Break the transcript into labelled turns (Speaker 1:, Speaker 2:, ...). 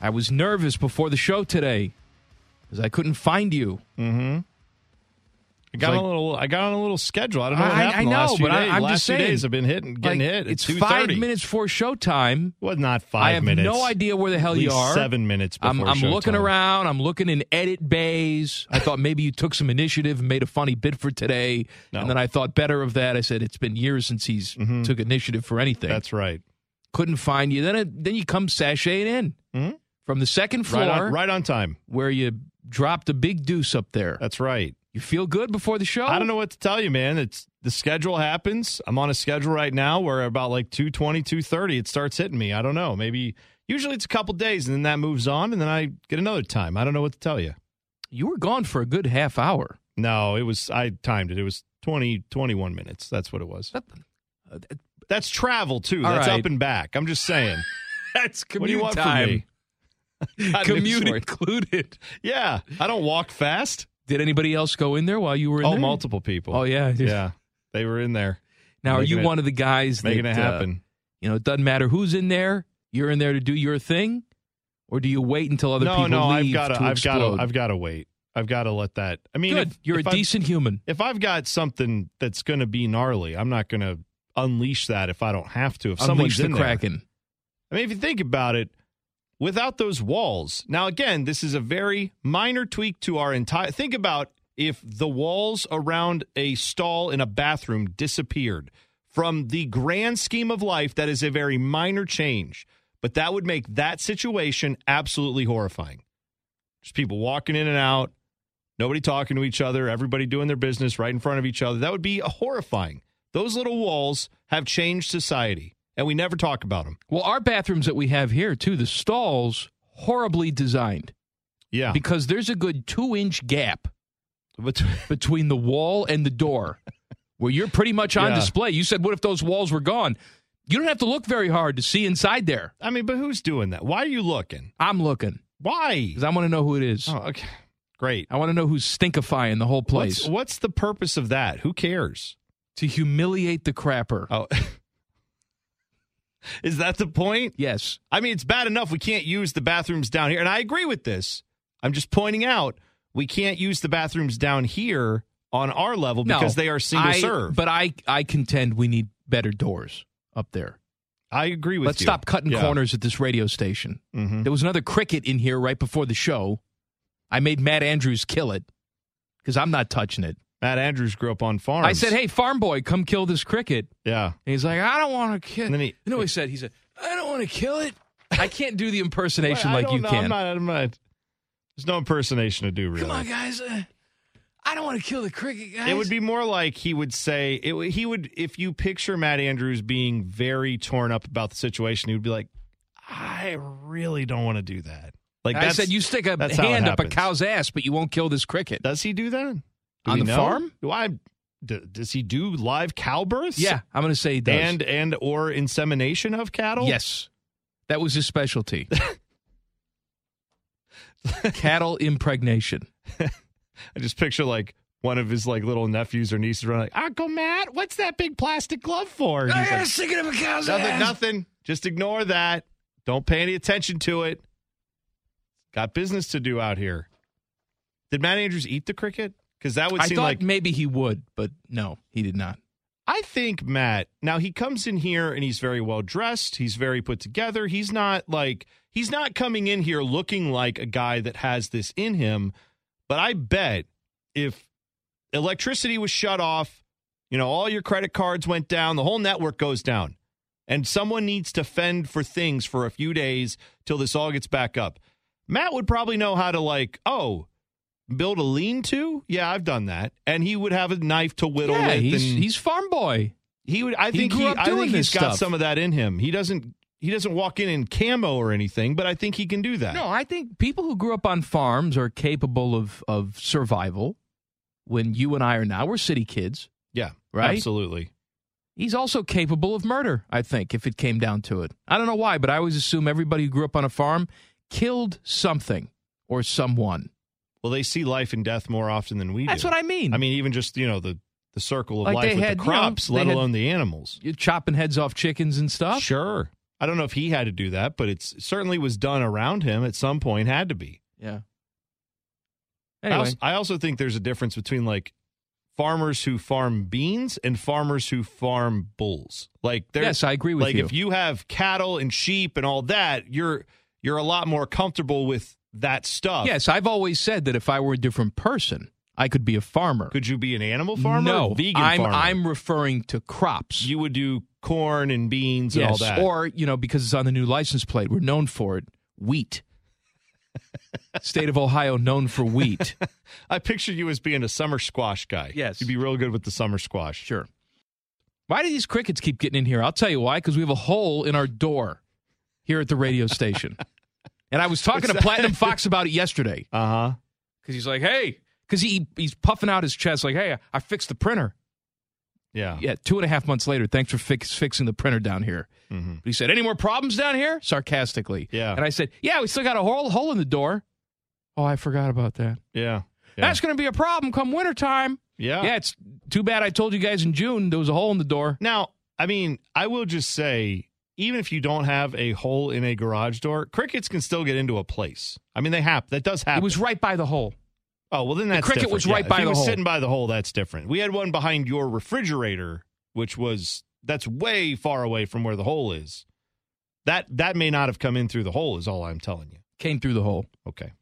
Speaker 1: I was nervous before the show today because I couldn't find you.
Speaker 2: Mm-hmm. I got
Speaker 1: It's
Speaker 2: on
Speaker 1: like-
Speaker 2: a little. I got on a little schedule. I don't know what
Speaker 1: I-
Speaker 2: happened.
Speaker 1: I
Speaker 2: the
Speaker 1: know,
Speaker 2: last few
Speaker 1: but I-
Speaker 2: days.
Speaker 1: I'm
Speaker 2: last
Speaker 1: just
Speaker 2: few
Speaker 1: saying,
Speaker 2: days I've been hitting, getting
Speaker 1: Like,
Speaker 2: hit.
Speaker 1: It's
Speaker 2: two
Speaker 1: five
Speaker 2: thirty.
Speaker 1: minutes for showtime.
Speaker 2: Well, not five
Speaker 1: I have
Speaker 2: minutes.
Speaker 1: no idea where the hell
Speaker 2: At
Speaker 1: you
Speaker 2: least
Speaker 1: are.
Speaker 2: Seven minutes. Before
Speaker 1: I'm, I'm looking
Speaker 2: showtime.
Speaker 1: around. I'm looking in edit bays. I thought maybe you took some initiative and made a funny bit for today.
Speaker 2: No. Mm-hmm.
Speaker 1: And then I thought better of that. I said it's been years since he's took initiative for anything.
Speaker 2: That's right.
Speaker 1: Couldn't find you. Then it, then you come sashaying in
Speaker 2: Mhm.
Speaker 1: from the second floor
Speaker 2: Right on, right on time.
Speaker 1: where you dropped a big deuce up there.
Speaker 2: That's right.
Speaker 1: You feel good before the show?
Speaker 2: Uh, I don't know what to tell you, man. It's the schedule happens. I'm on a schedule right now where about like 220, 230, it starts hitting me. I don't know. Maybe usually it's a couple days and then that moves on and then I get another time. I don't know what to tell you.
Speaker 1: You were gone for a good half hour.
Speaker 2: No, it was I timed it. It was 20, 21 minutes. That's what it was. That's travel too.
Speaker 1: All
Speaker 2: That's
Speaker 1: right.
Speaker 2: up and back. I'm just saying.
Speaker 1: That's commute
Speaker 2: what do you want
Speaker 1: time.
Speaker 2: from me? God, I'm
Speaker 1: Commute
Speaker 2: sorry.
Speaker 1: included.
Speaker 2: Yeah. I don't walk fast.
Speaker 1: Did anybody else go in there while you were in
Speaker 2: oh,
Speaker 1: there?
Speaker 2: multiple people.
Speaker 1: Oh yeah.
Speaker 2: Yeah. They were in there
Speaker 1: Now are
Speaker 2: Making
Speaker 1: you
Speaker 2: it-
Speaker 1: one of the guys
Speaker 2: making
Speaker 1: that
Speaker 2: it
Speaker 1: uh,
Speaker 2: happen.
Speaker 1: you know, it doesn't matter who's in there. You're in there to do your thing, or do you wait until other
Speaker 2: no,
Speaker 1: people
Speaker 2: no,
Speaker 1: leave
Speaker 2: I've got
Speaker 1: to
Speaker 2: I've
Speaker 1: explode?
Speaker 2: got I've got to wait. I've got to let that. I mean,
Speaker 1: Good.
Speaker 2: if-
Speaker 1: You're
Speaker 2: if
Speaker 1: a
Speaker 2: I've-
Speaker 1: decent human.
Speaker 2: If I've got something that's going to be gnarly, I'm not going to unleash that if I don't have to. If
Speaker 1: Unleash
Speaker 2: someone's
Speaker 1: the
Speaker 2: in there.
Speaker 1: Kraken.
Speaker 2: I mean, if you think about it, without those walls. Now, again, this is a very minor tweak to our entire. Think about if the walls around a stall in a bathroom disappeared from the grand scheme of life. That is a very minor change, but that would make that situation absolutely horrifying. Just people walking in and out, nobody talking to each other, everybody doing their business right in front of each other. That would be horrifying. Those little walls have changed society, and we never talk about them.
Speaker 1: Well, our bathrooms that we have here too, the stalls horribly designed
Speaker 2: Yeah.
Speaker 1: because there's a good two inch gap
Speaker 2: But
Speaker 1: between the wall and the door where you're pretty much on
Speaker 2: Yeah.
Speaker 1: display. You said, "What if those walls were gone?" You don't have to look very hard to see inside there.
Speaker 2: I mean, but who's doing that? Why are you looking?
Speaker 1: I'm looking
Speaker 2: Why?
Speaker 1: because I want to know who it is.
Speaker 2: Oh, okay. Great.
Speaker 1: I want to know who's stinkifying the whole place
Speaker 2: What's, what's the purpose of that? Who cares?
Speaker 1: to humiliate the crapper.
Speaker 2: Oh. Is that the point?
Speaker 1: yes.
Speaker 2: I mean, it's bad enough we can't use the bathrooms down here. And I agree with this. I'm just pointing out we can't use the bathrooms down here on our level because they are single
Speaker 1: I-
Speaker 2: serve.
Speaker 1: But I, I contend we need better doors up there.
Speaker 2: I agree with
Speaker 1: Let's
Speaker 2: you.
Speaker 1: stop cutting
Speaker 2: Yeah.
Speaker 1: corners at this radio station.
Speaker 2: Mhm.
Speaker 1: There was another cricket in here right before the show. I made Matt Andrews kill it because I'm not touching it.
Speaker 2: Matt Andrews grew up on farms.
Speaker 1: I said, "Hey, farm boy, come kill this cricket."
Speaker 2: Yeah.
Speaker 1: And he's like, "I don't want to kill."
Speaker 2: And then he-
Speaker 1: you know what he said? He said, "I don't want to kill it." I can't do the impersonation
Speaker 2: I- I
Speaker 1: like
Speaker 2: don't
Speaker 1: you
Speaker 2: know.
Speaker 1: can.
Speaker 2: I'm not, I'm not, there's no impersonation to do, really.
Speaker 1: Come on, guys. Uh, I don't want to kill the cricket, guys.
Speaker 2: It would be more like he would say it, would- he would if you picture Matt Andrews being very torn up about the situation, he would be like, "I really don't want to do that." Like
Speaker 1: I
Speaker 2: that's-
Speaker 1: said, you stick a
Speaker 2: that's how it
Speaker 1: hand up a
Speaker 2: happens.
Speaker 1: cow's ass, but you won't kill this cricket.
Speaker 2: Does he do that Do
Speaker 1: On
Speaker 2: we
Speaker 1: the
Speaker 2: know?
Speaker 1: farm?
Speaker 2: Do I? d- does he do live cow births?
Speaker 1: Yeah, I'm going to say he does.
Speaker 2: and and or insemination of cattle?
Speaker 1: yes, that was his specialty. Cattle impregnation.
Speaker 2: I just picture like one of his like little nephews or nieces running like, "Uncle Matt, what's that big plastic glove for?" And he's like,
Speaker 1: stick it up a cow's
Speaker 2: Nothing, nothing. Just ignore that. Don't pay any attention to it. Got business to do out here. Did Matt Andrews eat the cricket? Because that would
Speaker 1: I
Speaker 2: seem
Speaker 1: thought
Speaker 2: like
Speaker 1: maybe he would, but no, he did not.
Speaker 2: I think Matt. Now he comes in here and he's very well dressed. He's very put together. He's not like he's not coming in here looking like a guy that has this in him. But I bet if electricity was shut off, you know, all your credit cards went down, the whole network goes down. And someone needs to fend for things for a few days till this all gets back up. Matt would probably know how to like, oh, build a lean-to? Yeah, I've done that. And he would have a knife to whittle
Speaker 1: yeah,
Speaker 2: with
Speaker 1: he's,
Speaker 2: and
Speaker 1: he's farm boy.
Speaker 2: he would. I
Speaker 1: He
Speaker 2: think
Speaker 1: grew
Speaker 2: he.
Speaker 1: up
Speaker 2: I
Speaker 1: doing
Speaker 2: think he's
Speaker 1: this
Speaker 2: got
Speaker 1: stuff.
Speaker 2: some of that in him. He doesn't. He doesn't walk in in camo or anything, but I think he can do that.
Speaker 1: No, I think people who grew up on farms are capable of of survival. When you and I are now, we're city kids.
Speaker 2: Yeah.
Speaker 1: Right?
Speaker 2: Absolutely.
Speaker 1: He's also capable of murder, I think, if it came down to it. I don't know why, but I always assume everybody who grew up on a farm killed something or someone.
Speaker 2: Well, they see life and death more often than we
Speaker 1: That's
Speaker 2: do.
Speaker 1: what I mean.
Speaker 2: I mean, even just you know the the circle of
Speaker 1: Like
Speaker 2: life
Speaker 1: they
Speaker 2: with
Speaker 1: had,
Speaker 2: the
Speaker 1: you know,
Speaker 2: crops,
Speaker 1: they
Speaker 2: let
Speaker 1: had-
Speaker 2: alone the animals.
Speaker 1: You're chopping heads off chickens and stuff.
Speaker 2: Sure. I don't know if he had to do that, but it's, it certainly was done around him at some point, had to be.
Speaker 1: Yeah.
Speaker 2: I,
Speaker 1: Anyway,
Speaker 2: also, I also think there's a difference between like farmers who farm beans and farmers who farm bulls. Like there's
Speaker 1: yes, I agree with
Speaker 2: like
Speaker 1: you.
Speaker 2: if you have cattle and sheep and all that, you're you're a lot more comfortable with that stuff.
Speaker 1: Yes, I've always said that if I were a different person, I could be a farmer.
Speaker 2: Could you be an animal farmer?
Speaker 1: No,
Speaker 2: or vegan
Speaker 1: I'm
Speaker 2: farmer.
Speaker 1: I'm referring to crops.
Speaker 2: you would do corn and beans and all
Speaker 1: yes,
Speaker 2: that.
Speaker 1: or you know because it's on the new license plate, we're known for it. Wheat. State of Ohio known for wheat.
Speaker 2: I pictured you as being a summer squash guy.
Speaker 1: Yes.
Speaker 2: You'd be real good with the summer squash.
Speaker 1: Sure. Why do these crickets keep getting in here? I'll tell you why. Because we have a hole in our door here at the radio station. and I was talking to
Speaker 2: What's that?
Speaker 1: Platinum Fox about it yesterday
Speaker 2: Uh-huh.
Speaker 1: because he's like, "Hey," because he he's puffing out his chest like, "Hey, I fixed the printer."
Speaker 2: Yeah.
Speaker 1: Yeah, two and a half months later, thanks for fix, fixing the printer down here.
Speaker 2: Mhm.
Speaker 1: But he said, "Any more problems down here?" Sarcastically.
Speaker 2: Yeah.
Speaker 1: And I said, "Yeah, we still got a hole hole in the door." Oh, I forgot about that.
Speaker 2: Yeah. Yeah.
Speaker 1: That's going to be a problem come wintertime.
Speaker 2: yeah.
Speaker 1: yeah, it's too bad I told you guys in June there was a hole in the door.
Speaker 2: Now, I mean, I will just say, even if you don't have a hole in a garage door, crickets can still get into a place. I mean, they happen. That does happen.
Speaker 1: It was right by the hole.
Speaker 2: oh well, then that's
Speaker 1: cricket
Speaker 2: different.
Speaker 1: was
Speaker 2: Yeah,
Speaker 1: right
Speaker 2: if
Speaker 1: by
Speaker 2: he
Speaker 1: the
Speaker 2: was
Speaker 1: hole.
Speaker 2: sitting by the hole. That's different. We had one behind your refrigerator, which was that's way far away from where the hole is. That that may not have come in through the hole. Is all I'm telling you.
Speaker 1: Came through the hole.
Speaker 2: Okay.